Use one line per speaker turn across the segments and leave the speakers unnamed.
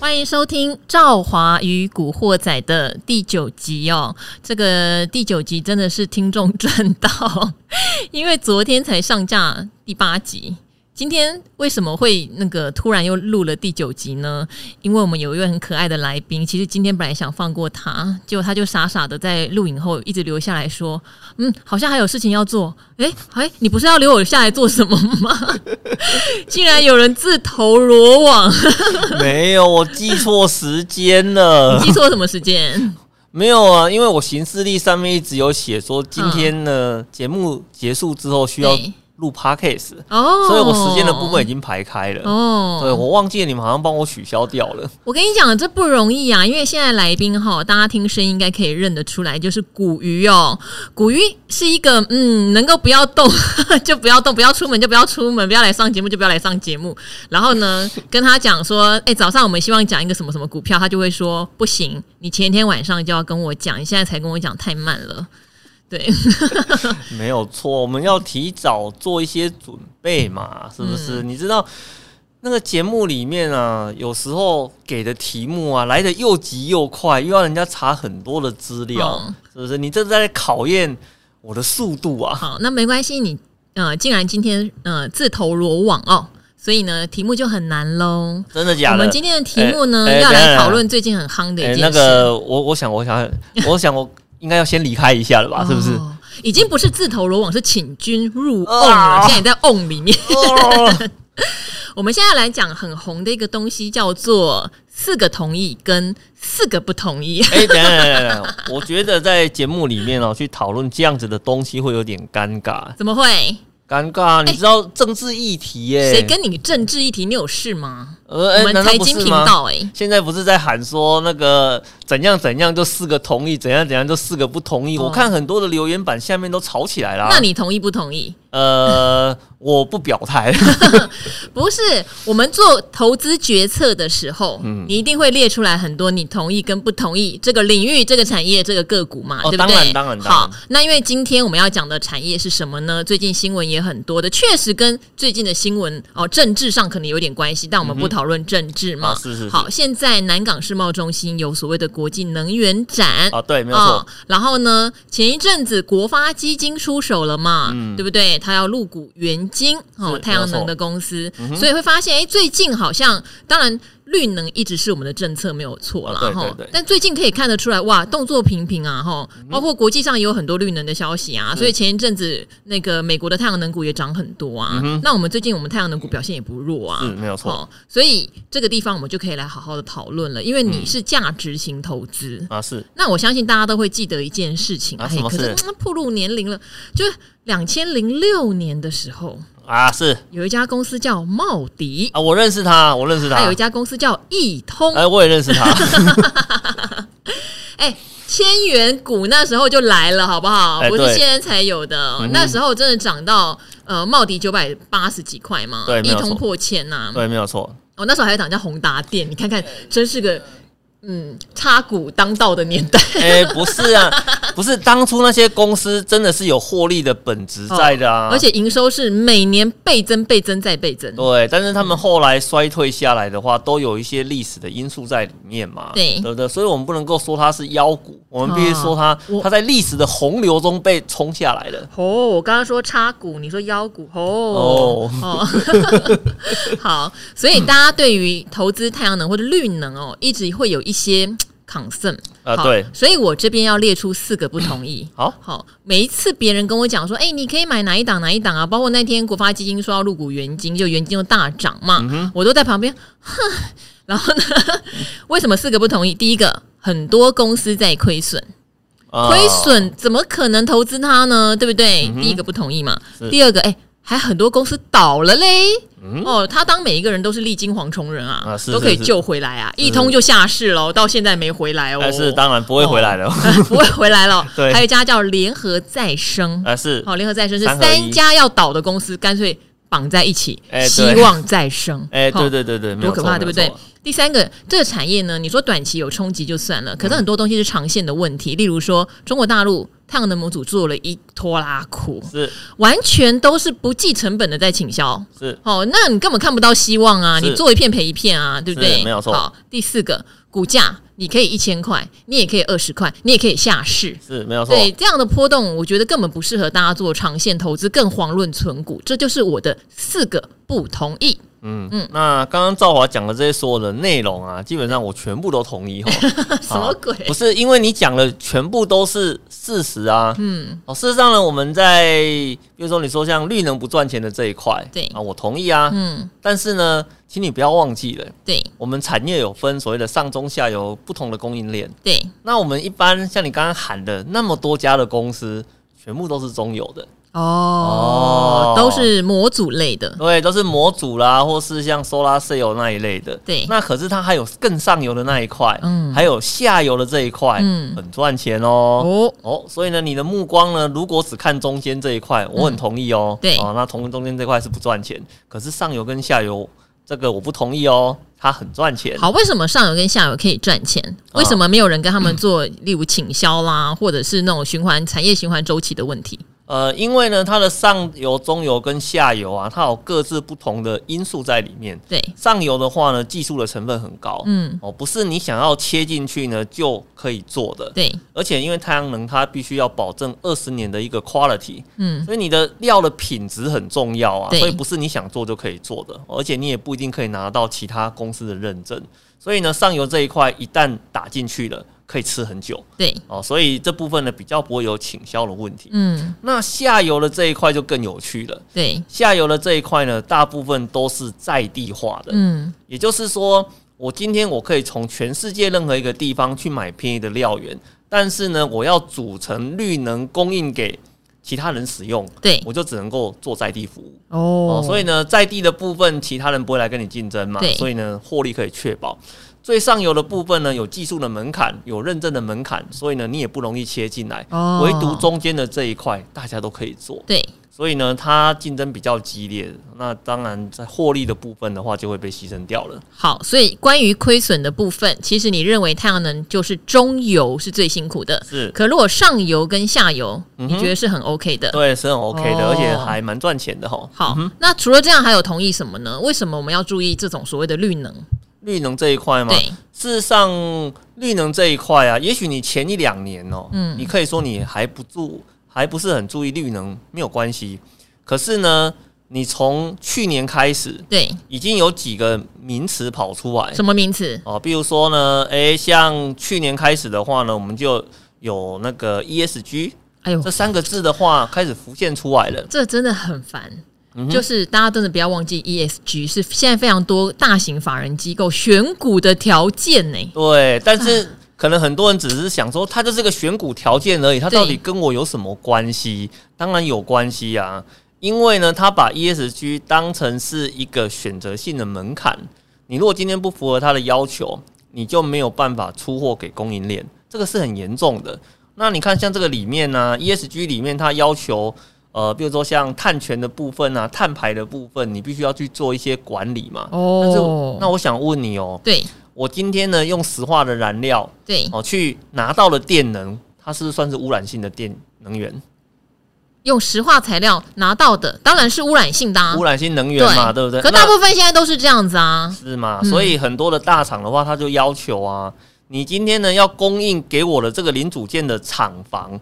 欢迎收听《赵华与古惑仔》的第九集哦。这个第九集真的是听众赚到， 因为昨天才上架第八集。今天为什么会那个突然又录了第九集呢？因为我们有一位很可爱的来宾，其实今天本来想放过他，结果他就傻傻的在录影后一直留下来说：“嗯，好像还有事情要做。诶，诶，你不是要留我下来做什么吗？”竟然有人自投罗网，
没有，我记错时间了。
记错什么时间？
没有啊，因为我行事历上面一直有写说，今天呢节、目结束之后需要
对
录 podcast，、
哦，
所以我时间的部分已经排开了。
哦，
对，我忘记你们好像帮我取消掉了。
我跟你讲，这不容易啊，因为现在来宾哈，大家听声音应该可以认得出来，就是古鱼哦。古鱼是一个嗯，能够不要动 就不要动，不要出门就不要出门，不要来上节目就不要来上节目。然后呢，跟他讲说，哎、早上我们希望讲一个什么什么股票，他就会说不行，你前一天晚上就要跟我讲，你现在才跟我讲太慢了。对，
没有错，我们要提早做一些准备嘛，是不
嗯
是？你知道那个节目里面啊，有时候给的题目啊，来的又急又快，又要人家查很多的资料，
嗯
是不是？你这在考验我的速度啊！
好，那没关系，你呃，竟然今天呃自投罗网哦，所以呢，题目就很难喽。
真的假
我
的？
们今天的题目呢，
哎哎
要来
等一下
讨论最近很夯的一
哎
件事。
那个，我我想，我想， 我想，我应该要先离开一下了吧？啊是不 是？
哦已经不是自投罗网，是请君入瓮了。
啊
现在你在瓮里面。
哦
我们现在来讲很红的一个东西，叫做四个同意跟四个不同意。
哎、等一下等一下等一下，我觉得在节目里面哦，去讨论这样子的东西会有点尴尬。
怎么会？
尴尬，你知道政治议题耶、
哎谁跟你政治议题？你有事吗？
呃，哎
我们
难道
财
不是
经频
吗
道哎、
现在不是在喊说那个怎样怎样就四个同意，怎样怎样就四个不同意？
哦
我看很多的留言板下面都吵起来啦。
那你同意不同意？
呃，我不表 态。
不是，我们做投资决策的时候，
嗯
你一定会列出来很多你同意跟不同意这个领域、这个产业、这个个股嘛，
哦
对不
当
对？
然当然当然
好，那因为今天我们要讲的产业是什么呢？最近新闻也很多的，确实跟最近的新闻哦，政治上可能有点关系，但我们不讨论政治嘛。
啊嗯是是是
好，现在南港世贸中心有所谓的国际能源展。
啊，对，没有错
哦。然后呢，前一阵子国发基金出手了嘛，对不对？他要入股元晶哦，
嗯是
太阳
没有
能
错嗯
的公司，所以会发现，哎，最近好像当然。绿能一直是我们的政策没有错啦，
啊对
吼
对对嗯
但最近可以看得出来，哇，动作频频啊，哈，包括国际上也有很多绿能的消息啊，所以前一阵子那个美国的太阳能股也涨很多啊。那我们最近我们太阳能股表现也不弱啊，
嗯是嗯没有错
哦。所以这个地方我们就可以来好好的讨论了，因为
嗯
你是价值型投资，
啊，是
那我相信大家都会记得一件事情，
啊
哎
什么
可是
事
嗯暴露年龄了，就是两千零六年的时候，
啊，是
有一家公司叫茂迪，
啊，我认识他，我认识他
还。有一家公司叫易通，
哎，我也认识 他。
哎、千元股那时候就来了，好不好？
哎
不是
对
现在才有的，
嗯哼
那时候真的涨到呃茂迪九百八十几块嘛，
对没
易
有错
通破千呐、
对，没有错。
哦，那时候还有一档叫宏达电，你看看，真是个嗯插股当道的年代。
哎，不是啊，不是当初那些公司真的是有获利的本质在的
哦
啊，
而且营收是每年倍增、倍增再倍增。
对，但是他们后来衰退下来的话，都有一些历史的因素在里面嘛，
对
对不对？所以我们不能够说它是妖股，我们必须说它
啊、我
它在历史的洪流中被冲下来的。
哦，我刚刚说叉骨，你说腰骨，哦
哦
哦， 好，所以大家对于投资太阳能或者绿能哦，一直会有一些 concern
啊
好
对。
所以我这边要列出四个不同意
好
好，每一次别人跟我讲说，哎、你可以买哪一档哪一档啊，包括那天国发基金说要入股元金，就元金又大涨嘛，
嗯
我都在旁边，哼， 然后呢， 为什么四个不同意？第一个，很多公司在亏损。
啊
亏损怎么可能投资它呢？对不对？第一个不同意嘛，
嗯是嗯
第二个，哎、还很多公司倒了嘞。哦，他当每一个人都是历经蝗虫人啊，
啊是
都可以
是是
救回来啊，一通就下市了，到现在没回来哦。
哎是当然不会回来了，
不会回来了。
对
还有一家叫联合再生，哦
啊是
好，联合再生是
三合一
三家要倒的公司，干脆绑在一起，
哎对
希望再生。
哎、
好
对对对对，没
多
有
可怕，
错
对不？对
没有错？
第三个，这个产业呢，你说短期有冲击就算
嗯
了，可是很多东西是长线的问题，例如说中国大陆太阳能模组做了一拖拉库，
是
完全都是不计成本的在倾销。
是
哦，那你根本看不到希望啊！
是
你做一片赔一片啊，对不对？
是没有错
好，第四个股价，你可以一千块，你也可以二十块，你也可以下市。
是，没有错。
对这样的波动，我觉得根本不适合大家做长线投资，更遑论存股。这就是我的四个不同意。
嗯那刚刚赵华讲的这些所有的内容啊，基本上我全部都同意哈。 啊
什么鬼？
不是因为你讲的全部都是事实啊。嗯，哦，事实上呢，我们在比如说你说像绿能不赚钱的这一块，
对
啊，我同意啊。
嗯，
但是呢，请你不要忘记了，
对
我们产业有分所谓的上中下游不同的供应链。
对，
那我们一般像你刚刚喊的那么多家的公司，全部都是中游的，
哦
哦，
都是模组类 的。
对，都是模组啦，或是像 Solar Cell 那一类的。
对
那可是它还有更上游的那一块，
嗯
还有下游的这一块，
嗯
很赚钱哦。
哦，
哦，所以呢，你的目光呢，如果只看中间这一块，我很同意哦。
嗯对
哦，那同中间这块是不赚钱，可是上游跟下游这个我不同意哦，它很赚钱。
好，为什么上游跟下游可以赚钱？
啊
为什么没有人跟他们做，例如倾销啦，或者是那种循环产业循环周期的问题？
呃，因为呢，它的上游、中游跟下游啊，它有各自不同的因素在里面。
对，
上游的话呢，技术的成分很高，
嗯，
哦，不是你想要切进去呢就可以做的。
对，
而且因为太阳能，它必须要保证二十年的一个 quality，
嗯，
所以你的料的品质很重要啊，
对
所以不是你想做就可以做的，而且你也不一定可以拿到其他公司的认证。所以呢，上游这一块一旦打进去了，可以吃很久
对，
哦，所以这部分呢比较不会有倾销的问题。
嗯，
那下游的这一块就更有趣了，
对，
下游的这一块呢，大部分都是在地化的，
嗯，
也就是说，我今天我可以从全世界任何一个地方去买便宜的料源，但是呢，我要组成绿能供应给其他人使用，
对，
我就只能够做在地服务。哦，
哦，
所以呢，在地的部分，其他人不会来跟你竞争嘛
对，
所以呢，获利可以确保。最上游的部分呢，有技术的门槛，有认证的门槛，所以呢，你也不容易切进来。
哦
唯独中间的这一块，大家都可以做。
对，
所以呢，它竞争比较激烈，那当然在获利的部分的话，就会被牺牲掉了。
好，所以关于亏损的部分，其实你认为太阳能就是中游是最辛苦的，
是，
可如果上游跟下游，
嗯
你
哼
觉得是很 OK 的。
对，是很 OK 的，
哦
而且还蛮赚钱的哈。
好，那除了这样，还有同意什么呢？为什么我们要注意这种所谓的绿能？
绿能这一块嘛，
对，
事实上，绿能这一块啊，也许你前一两年哦、
嗯
你可以说你还不注，还不是很注意绿能，没有关系。可是呢，你从去年开始，
对，
已经有几个名词跑出来
什么名词？
哦，比如说呢，诶、像去年开始的话呢，我们就有那个 ESG
哎呦
这，三个字的话开始浮现出来了。
这真的很烦。
嗯哼
就是大家真的不要忘记，ESG 是现在非常多大型法人机构选股的条件呢、
对，但是可能很多人只是想说，它就是个选股条件而已，它
对
到底跟我有什么关系？当然有关系啊，因为呢，他把 ESG 当成是一个选择性的门槛，你如果今天不符合他的要求，你就没有办法出货给供应链，这个是很严重的。那你看，像这个里面呢、e s g 里面它要求。呃，比如说像碳权的部分啊、碳排的部分，你必须要去做一些管理嘛。但是
哦，
那我想问你哦，
对
我今天呢用石化的燃料
对，
哦去拿到了电能，它是不是算是污染性的电能源？
用石化材料拿到的当然是污染性的、啊，
污染性能源
对
嘛，对不对？
可大部分现在都是这样子啊，
那是嘛，所以很多的大厂的话，它就要求啊，你今天呢要供应给我的这个零组件的厂房，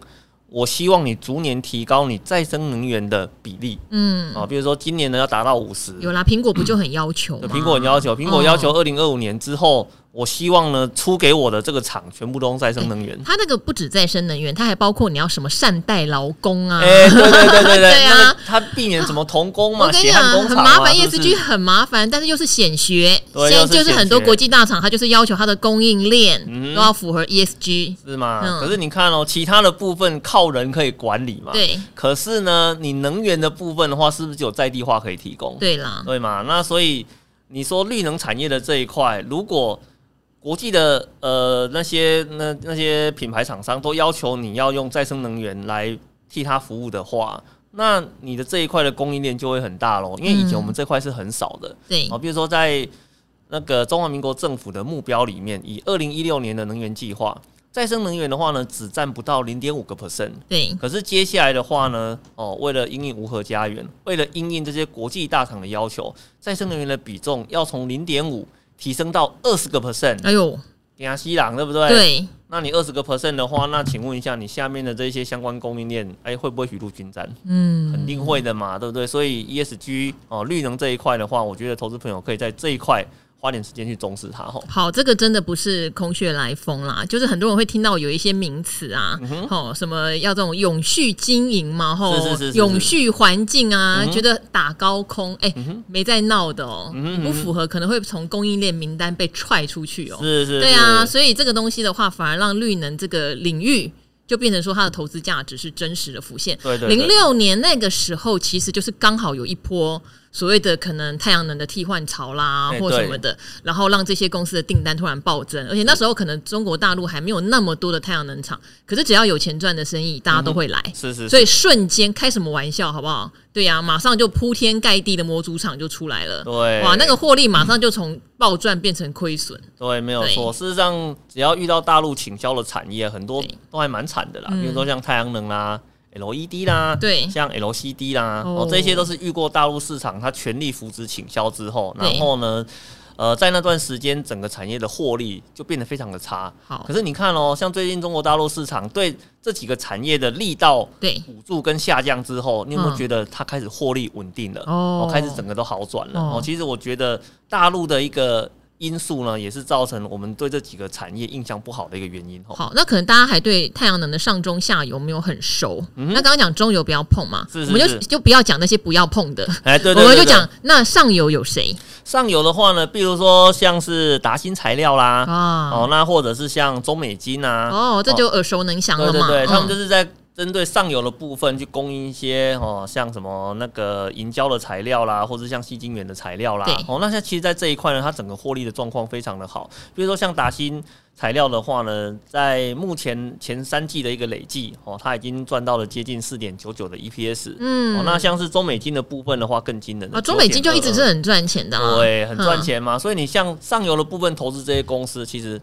我希望你逐年提高你再生能源的比例
嗯，
啊、比如说今年呢要达到五十，
有啊啦，苹果不就很要求吗？
对苹果很要求，苹果要求二零二五年之后，我希望呢出给我的这个厂全部都用再生能源。
它那个不止再生能源，它还包括你要什么善待劳工啊。
哎、对对对对
对
对，
啊
那个他避免什么童工
我
嘛，
跟你
血
讲
汗，工
很
厂
麻
嘛，
烦
啊是不
，ESG
是？
很麻烦，但是又是显学。
对
现在
又是
就是很多
显学
国际大厂，它就是要求它的供应链
嗯
都要符合 E ESG。
是嘛？
嗯
可是你看哦，其他的部分靠人可以管理嘛，。
对
可是呢，你能源的部分的话，是不是就有在地化可以提供？
对啦，
对嘛？那所以你说绿能产业的这一块，如果国际的呃那些那那些品牌厂商都要求你要用再生能源来替他服务的话，那你的这一块的供应链就会很大喽，因为以前我们这块是很少的。
对
哦好，，比如说在那个中华民国政府的目标里面，以二零一六年的能源计划，再生能源的话呢，只占不到零点五个 percent。
对，
可是接下来的话呢，哦，为了因应无核家园，为了因应这些国际大厂的要求，再生能源的比重要从零点五提升到二十个 percent，
哎呦，
给他西朗对不对？。
对，
那你二十个 percent 的话，那请问一下，你下面的这些相关供应链，哎，会不会雨露均沾？
嗯，
肯定会的嘛，对不对？所以 ESG 哦，绿能这一块的话，我觉得投资朋友可以在这一块花点时间去重视它吼。
好，这个真的不是空穴来风啦，就是很多人会听到有一些名词啊，哦、什么要这种永续经营嘛，吼，
嗯是是是是
永续环境啊，
嗯哼
觉得打高空，哎、没在闹的哦，
嗯哼
不符合可能会从供应链名单被踹出去哦，
是是，
对啊，
是
所以这个东西的话，反而让绿能这个领域就变成说它的投资价值是真实的浮现。
对对
零
对，
六年那个时候，其实就是刚好有一波所谓的可能太阳能的替换潮啦，
哎
或什么的，然后让这些公司的订单突然暴增，而且那时候可能中国大陆还没有那么多的太阳能厂，可是只要有钱赚的生意，大家都会来，
嗯是是，
所
以
以瞬间开什么玩笑，好不好？对呀、马上就铺天盖地的模组厂就出来了，
对
哇，那个获利马上就从暴赚变成亏损，
对没有
对
错。事实上，只要遇到大陆倾销的产业，很多
对嗯
都还蛮惨的啦，比如说像太阳能啦。LED 啦，
对
像 LCD 啦，
哦
哦，这些都是遇过大陆市场，它全力扶持倾销之后，
对
然后呢，呃，在那段时间，整个产业的获利就变得非常的差。
好
可，是你看哦，像最近中国大陆市场对这几个产业的力道
对，
补助跟下降之后，你有没有
嗯
觉得它开始获利稳定了？
哦
开始整个都好转了。
哦
哦，其实我觉得大陆的一个因素呢，也是造成我们对这几个产业印象不好的一个原因。哦，
好，那可能大家还对太阳能的上中下游没有很熟。那刚刚讲中游不要碰嘛，
嗯是是
我们就是就不要讲那些不要碰的，
哎，对
我
对对
们就
对
讲那上游有谁
上游的话呢，比如说像是达新材料啦，
啊？
哦，那或者是像中美金啊，
哦，这就耳熟能详
对
了
对
嘛。嗯
对，他们就是是在针对上游的部分去供应一些哦，像什么那个银胶的材料啦，或者像细晶圆的材料啦
对。
哦，那现在其实，在这一块呢，它整个获利的状况非常的好。比如说像达新材料的话呢，在目前前三季的一个累计哦，它已经赚到了接近四点九九的 EPS。
嗯
哦，那像是中美金的部分的话，更惊人了
啊，中美金就一直是
9.22
很赚钱的啦，
对，很赚
嗯。
钱嘛。所以你像上游的部分投资这些公司，其实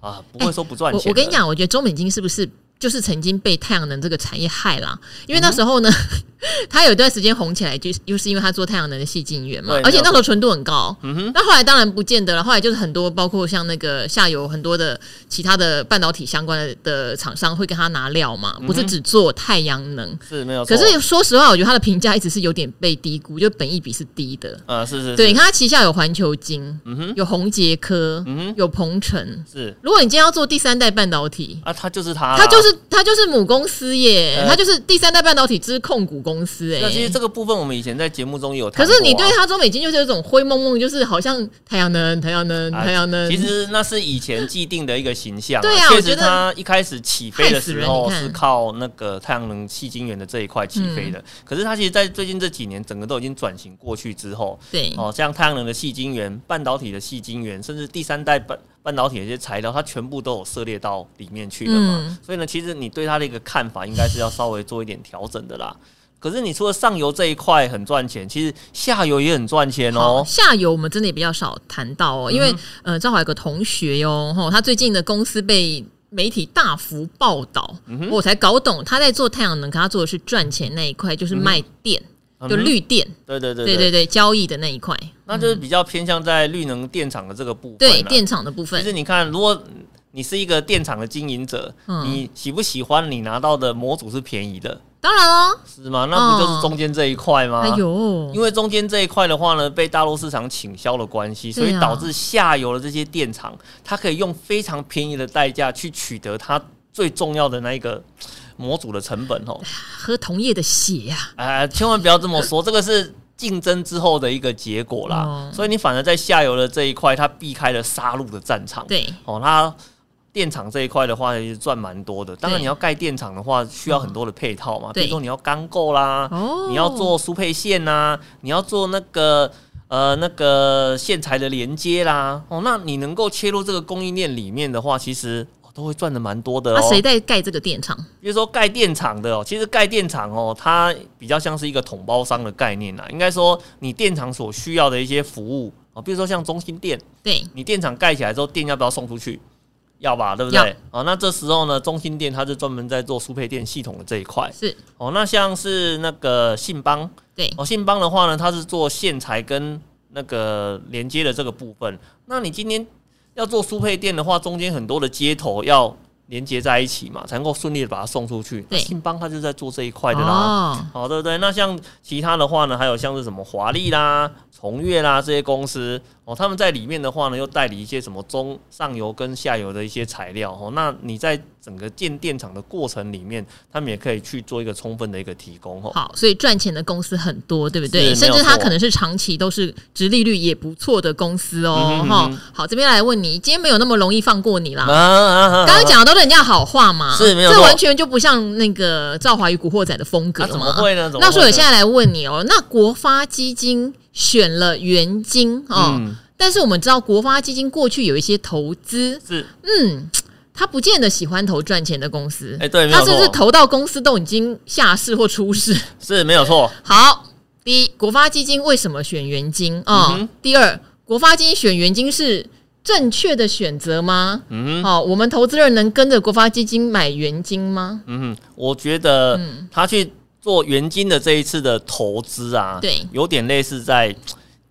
啊不会说不赚
我
钱、
我跟你，讲，我觉得中美金是不是就是曾经被太阳能这个产业害啦？因
嗯
为那时候呢， 它有一段时间红起来，就是又是因为它做太阳能的细晶圆嘛
对，
而且
没有
那时候纯度很高。
嗯
那后来当然不见得了，后来就是很多包括像那个下游很多的其他的半导体相关的的厂商会跟他拿料嘛，不
嗯
是只做太阳能。
是没有错。
可是说实话，我觉得它的评价一直是有点被低估，就本益比是低的。
呃，是是，
对，
是
你看它旗下有环球金，
嗯哼，
有宏杰科，
嗯哼，
有鹏程。
是
如果你今天要做第三代半导体，
啊，他就是他啦，
它就是它就是母公司耶，
呃
它就是第三代半导体之控股公司
那其实
哎。
这个部分我们以前在节目中也有谈
可
过啊，
是你对它中美金就是有一种灰蒙蒙，就是好像太阳能、太阳能、
啊
太阳能。
其实那是以前既定的一个形象啊，
对啊
确
我觉
实
得
他一开始起飞的时候
害死人你看
是靠那个太阳能细晶圆的这一块起飞
嗯
的，可是他其实，在最近这几年，整个都已经转型过去之后，
对
哦，像太阳能的细晶圆、半导体的细晶圆，甚至第三代半半导体的一些材料，它全部都有涉猎到里面去了嘛。
嗯
所以呢，其实你对它的一个看法，应该是要稍微做一点调整的啦。可是你除了上游这一块很赚钱，其实下游也很赚钱
好
哦。嗯
下游我们真的也比较少谈到哦，因为呃，正好有个同学哟，吼，他最近的公司被媒体大幅报道，
嗯
我才搞懂他在做太阳能，可他做的是赚钱那一块，就是卖电，就
嗯
绿电，
对对对
对
对
对对，交易的那一块，
那就是比较偏向在绿能电厂的这个部分、啊。
对电厂的部
其实
分，
你看，如果你是一个电厂的经营者，
嗯
你喜不喜欢你拿到的模组是便宜的，
当然哦，
是吗？那不就是
哦
中间这一块吗？
哎呦，
因为中间这一块的话呢，被大陆市场倾销的关系，所
对啊
以导致下游的这些电厂，它可以用非常便宜的代价去取得它最重要的那一个模组的成本 哦。
喝同业的血呀、
哎，千万不要这么说，这个是竞争之后的一个结果啦。
哦
所以你反而在下游的这一块，它避开了杀戮的战场。
对，
哦，它电厂这一块的话，也是赚蛮多的。当然，
对嗯
你要盖电厂的话，需要很多的配套嘛，比
对
如说你要钢构啦，
哦
你要做输配线呐、你要做那个呃那个线材的连接啦。哦，那你能够切入这个供应链里面的话，其实、哦都会赚的蛮多的
那
哦。
啊谁在盖这个电厂？
比如说盖电厂的哦，其实盖电厂哦，它比较像是一个统包商的概念啦。应该说，你电厂所需要的一些服务哦，比如说像中心电，
对，
你电厂盖起来之后，电要不要送出去？要吧，对不
要
对？哦，那这时候呢，中心电它是专门在做输配电系统的这一块。
是，
哦，那像是那个信邦，
对，
哦，信邦的话呢，它是做线材跟那个连接的这个部分。那你今天要做输配电的话，中间很多的接头要连接在一起嘛，才能够顺利的把它送出去。
对
那信邦它就在做这一块的啦。
哦，
好、对不对？那像其他的话呢，还有像是什么华丽啦、崇越啦这些公司哦，他们在里面的话呢，又代理一些什么中上游跟下游的一些材料哦。那你在整个建电厂的过程里面，他们也可以去做一个充分的一个提供哦。
好，所以赚钱的公司很多，对不对？
是没
甚
有
至它
错
可能是长期都是殖利率也不错的公司哦
嗯哼。
哈、
嗯哼
好，这边来问你，今天没有那么容易放过你啦。
啊啊啊！
刚刚讲的都是人家好话嘛，
是没有
这
错
完全就不像那个《赵华与古惑仔》的风格
那
嘛。
啊怎么会呢？怎么
那所以我
会呢
现在来问你哦，那国发基金选了元金哦，
嗯
但是我们知道国发基金过去有一些投资，
是
嗯，他不见得喜欢投赚钱的公司
哎、，对，没
他
有
是不是
错，
投到公司都已经下市或出市？
是没有错，
好，第一，国发基金为什么选元金啊、哦
嗯哼
第二，国发基金选元金是正确的选择吗？
嗯
哦，我们投资人能跟着国发基金买元金吗？
嗯，我觉得
嗯
他去做元金的这一次的投资啊，
对
有点类似在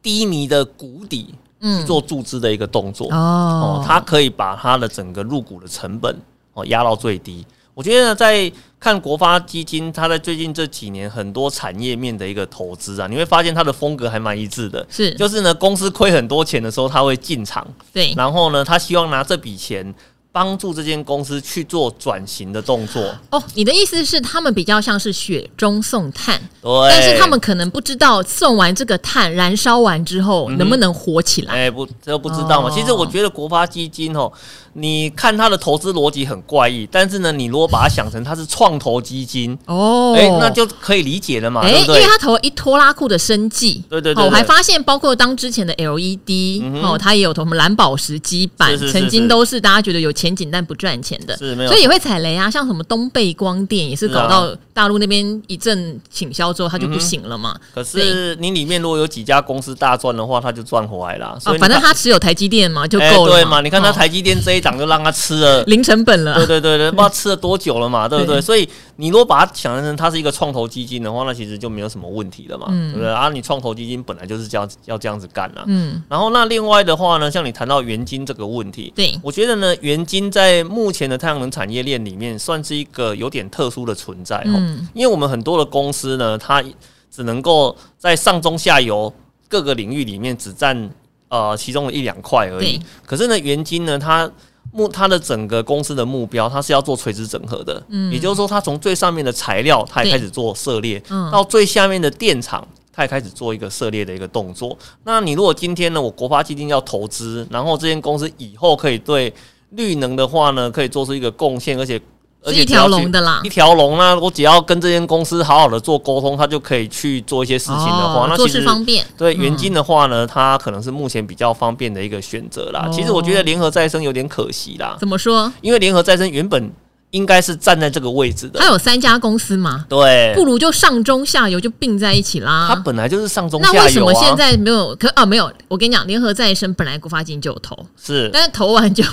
低迷的谷底
嗯
去，做注资的一个动作
哦
哦，他可以把他的整个入股的成本哦压到最低。我觉得在看国发基金，它在最近这几年很多产业面的一个投资啊，你会发现它的风格还蛮一致的。
是
就是呢，公司亏很多钱的时候，他会进场，
对，
然后呢，他希望拿这笔钱帮助这间公司去做转型的动作。
哦，你的意思是他们比较像是雪中送炭，
对，
但是他们可能不知道送完这个炭燃烧完之后能不能火起来。
嗯哎、不，这不知道嘛。
哦
其实我觉得国发基金哦，你看它的投资逻辑很怪异，但是呢，你如果把它想成它是创投基金，
哦，
哎、那就可以理解了嘛，
哎、
对不
因为
对？
他投了一拖拉库的生计，
对对对
哦，我还
对
发现包括当之前的 LED、
嗯哼
哦，他也有投什么蓝宝石基板，
是是是
曾经
是
都是大家觉得有前景但不赚钱的，
是没有
所以也会踩雷啊，像什么东贝光电也是
是
搞
啊
到大陆那边一阵倾销之后，它就不行了嘛。
可是你里面如果有几家公司大赚的话，它就赚回来啦。所以
哦，
你
反
看、
正他持有台积电嘛，就
哎
够了、
对嘛？你看它
哦
台积电这一档就让它 吃了。
零成本了，
对对对对，不知道吃了多久了嘛，对不对？
对
所以你如果把它想成它是一个创投基金的话，那其实就没有什么问题了嘛，
嗯
对不对？啊，你创投基金本来就是这样要这样子干啊啦、
嗯，
然后那另外的话呢，像你谈到原金这个问题，
对，
我觉得呢，原金在目前的太阳能产业链里面算是一个有点特殊的存在哦，
嗯
因为我们很多的公司呢，它只能够在上中下游各个领域里面只占呃其中的一两块而已
对。
可是呢，原金呢，它目它的整个公司的目标，它是要做垂直整合的，
嗯
也就是说，它从最上面的材料，它也
对
开始做涉猎，
嗯
到最下面的电厂。它也开始做一个涉猎的一个动作。那你如果今天呢，我国发基金要投资，然后这间公司以后可以对绿能的话呢，可以做出一个贡献，而且而
是嗯
且
一条
只要去
龙的嗯啦
一。条龙啦、我只要跟这间公司好好的做沟通，他就可以去做一些事情的
哦
话，那
做
其
事
实
方便，
对原金的话呢，它可能是目前比较方便的一个选择啦。
哦
其实我觉得联合再生有点可惜啦，
怎么说？
因为联合再生原本应该是站在这个位置的
它，有三家公司嘛，
对
不，如就上中下游就并在一起啦。
它本来就是上中
啊那为
下
什
游
么现
啊，
在没有？可啊，没有。我跟你讲，联合再生本来国发基金就有投，
是。
但是投完 就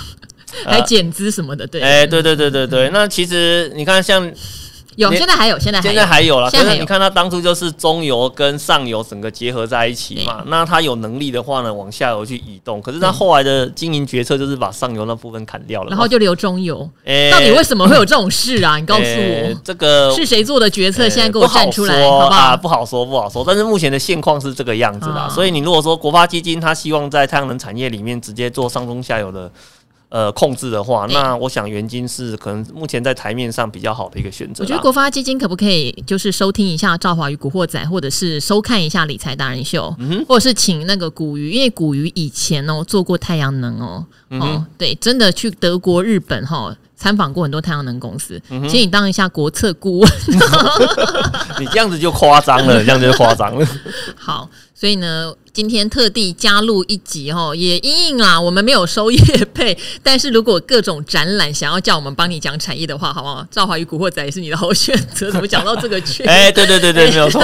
呃
还减资什么的，对，
哎、对对对对对，那其实你看，像
嗯有
你
现在还有，现在还
现
有
在，还有啦，
现在
可
还
是
有
你看它当初就是中游跟上游整个结合在一起嘛，那它有能力的话呢，往下游去移动。可是它后来的经营决策就是把上游那部分砍掉了嘛，
然后就留中游。
哎
到底为什么会有这种事啊？你告诉我，
这个
是谁做的决策？
哎
现在给我站出来，
不好
好
说
不
啊，
好？
不好说，不好说。但是目前的现况是这个样子
啊
啦，所以你如果说国发基金它希望在太阳能产业里面直接做上中下游的。呃，控制的话，
对
那我想原金是可能目前在台面上比较好的一个选择
我
啦。
觉得国发基金可不可以就是收听一下《赵华与古惑仔》，或者是收看一下《理财达人秀》或者是请那个古鱼，因为古鱼以前哦做过太阳能哦，哦对，真的去德国、日本哈、哦、参访过很多太阳能公司，请你当一下国策顾问。
你这样子就夸张了，这样子就夸张了。
好，所以呢，今天特地加入一集哦，也因应啦，我们没有收业配，但是如果各种展览想要叫我们帮你讲产业的话，好不好？赵华与古惑仔也是你的好选择。怎么讲到这个 去？
哎、对对对对，没有错。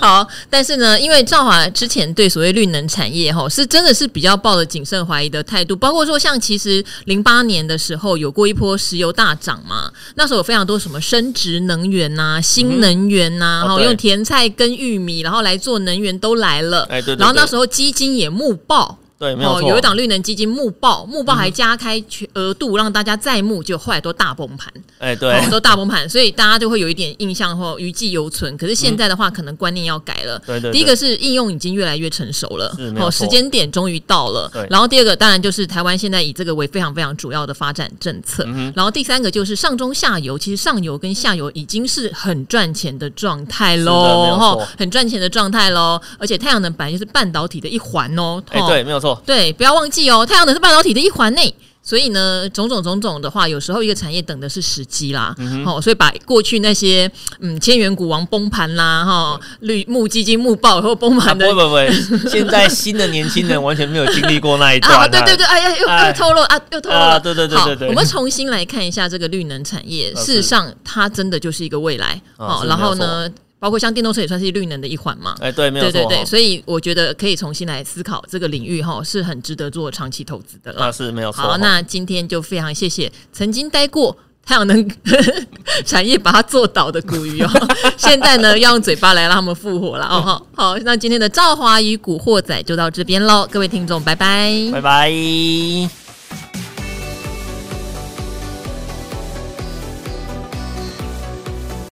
好，但是呢，因为赵华之前对所谓绿能产业哈，是真的是比较抱着谨慎怀疑的态度，包括说像其实零八年的时候有过一波石油大涨嘛，那时候有非常多什么生质能源呐、新能源呐、
哦
然后
对
用甜菜跟玉米，然后来做能源都来了，
哎对对
然后那
对
时候基金也募爆。
对，没有
哦，
错。嗯
有一档绿能基金募爆，募爆还加开全额度让大家再募，就后来都大崩盘。
哎、对
哦，都大崩盘，所以大家就会有一点印象或余悸犹存。可是现在的话，可能观念要改了。
嗯对对对
第一个是应用已经越来越成熟了
是，没有
哦，
错
时间点终于到了
对。
然后第二个当然就是台湾现在以这个为非常非常主要的发展政策。
嗯
然后第三个就是上中下游，其实上游跟下游已经是很赚钱的状态喽，
是的没有错
哦很赚钱的状态喽。而且太阳能本来就是半导体的一环哦，
哎、
哦
对，没有错。
对，不要忘记哦，太阳能是半导体的一环内。所以呢，种种种种的话，有时候一个产业等的是时机啦，
嗯
哦，所以把过去那些嗯千元股王崩盘啦，哈、绿木基金木爆然后崩
啊、
盘
不
的
会不会，不会现在新的年轻人完全没有经历过那 一段、
对对对，哎呀，又
哎
又透露啊，又透露
啊
了，
对对对
好
对对
我们重新来看一下这个绿能产业，
啊
事实上它真的就是一个未来
啊
哦
是。
然后
没
呢，包括像电动车也算是绿能的一环嘛，
哎、对，没有
对
错
对
哈。
对，所以我觉得可以重新来思考这个领域哈，是很值得做长期投资的啦。
那是没有错哦哈。
好，那今天就非常谢谢曾经待过太阳能 产业把它做倒的古鱼哦， 现在呢要用嘴巴来让他们复活了哦。好，好，那今天的赵华与古惑仔就到这边喽，各位听众，拜拜
拜拜。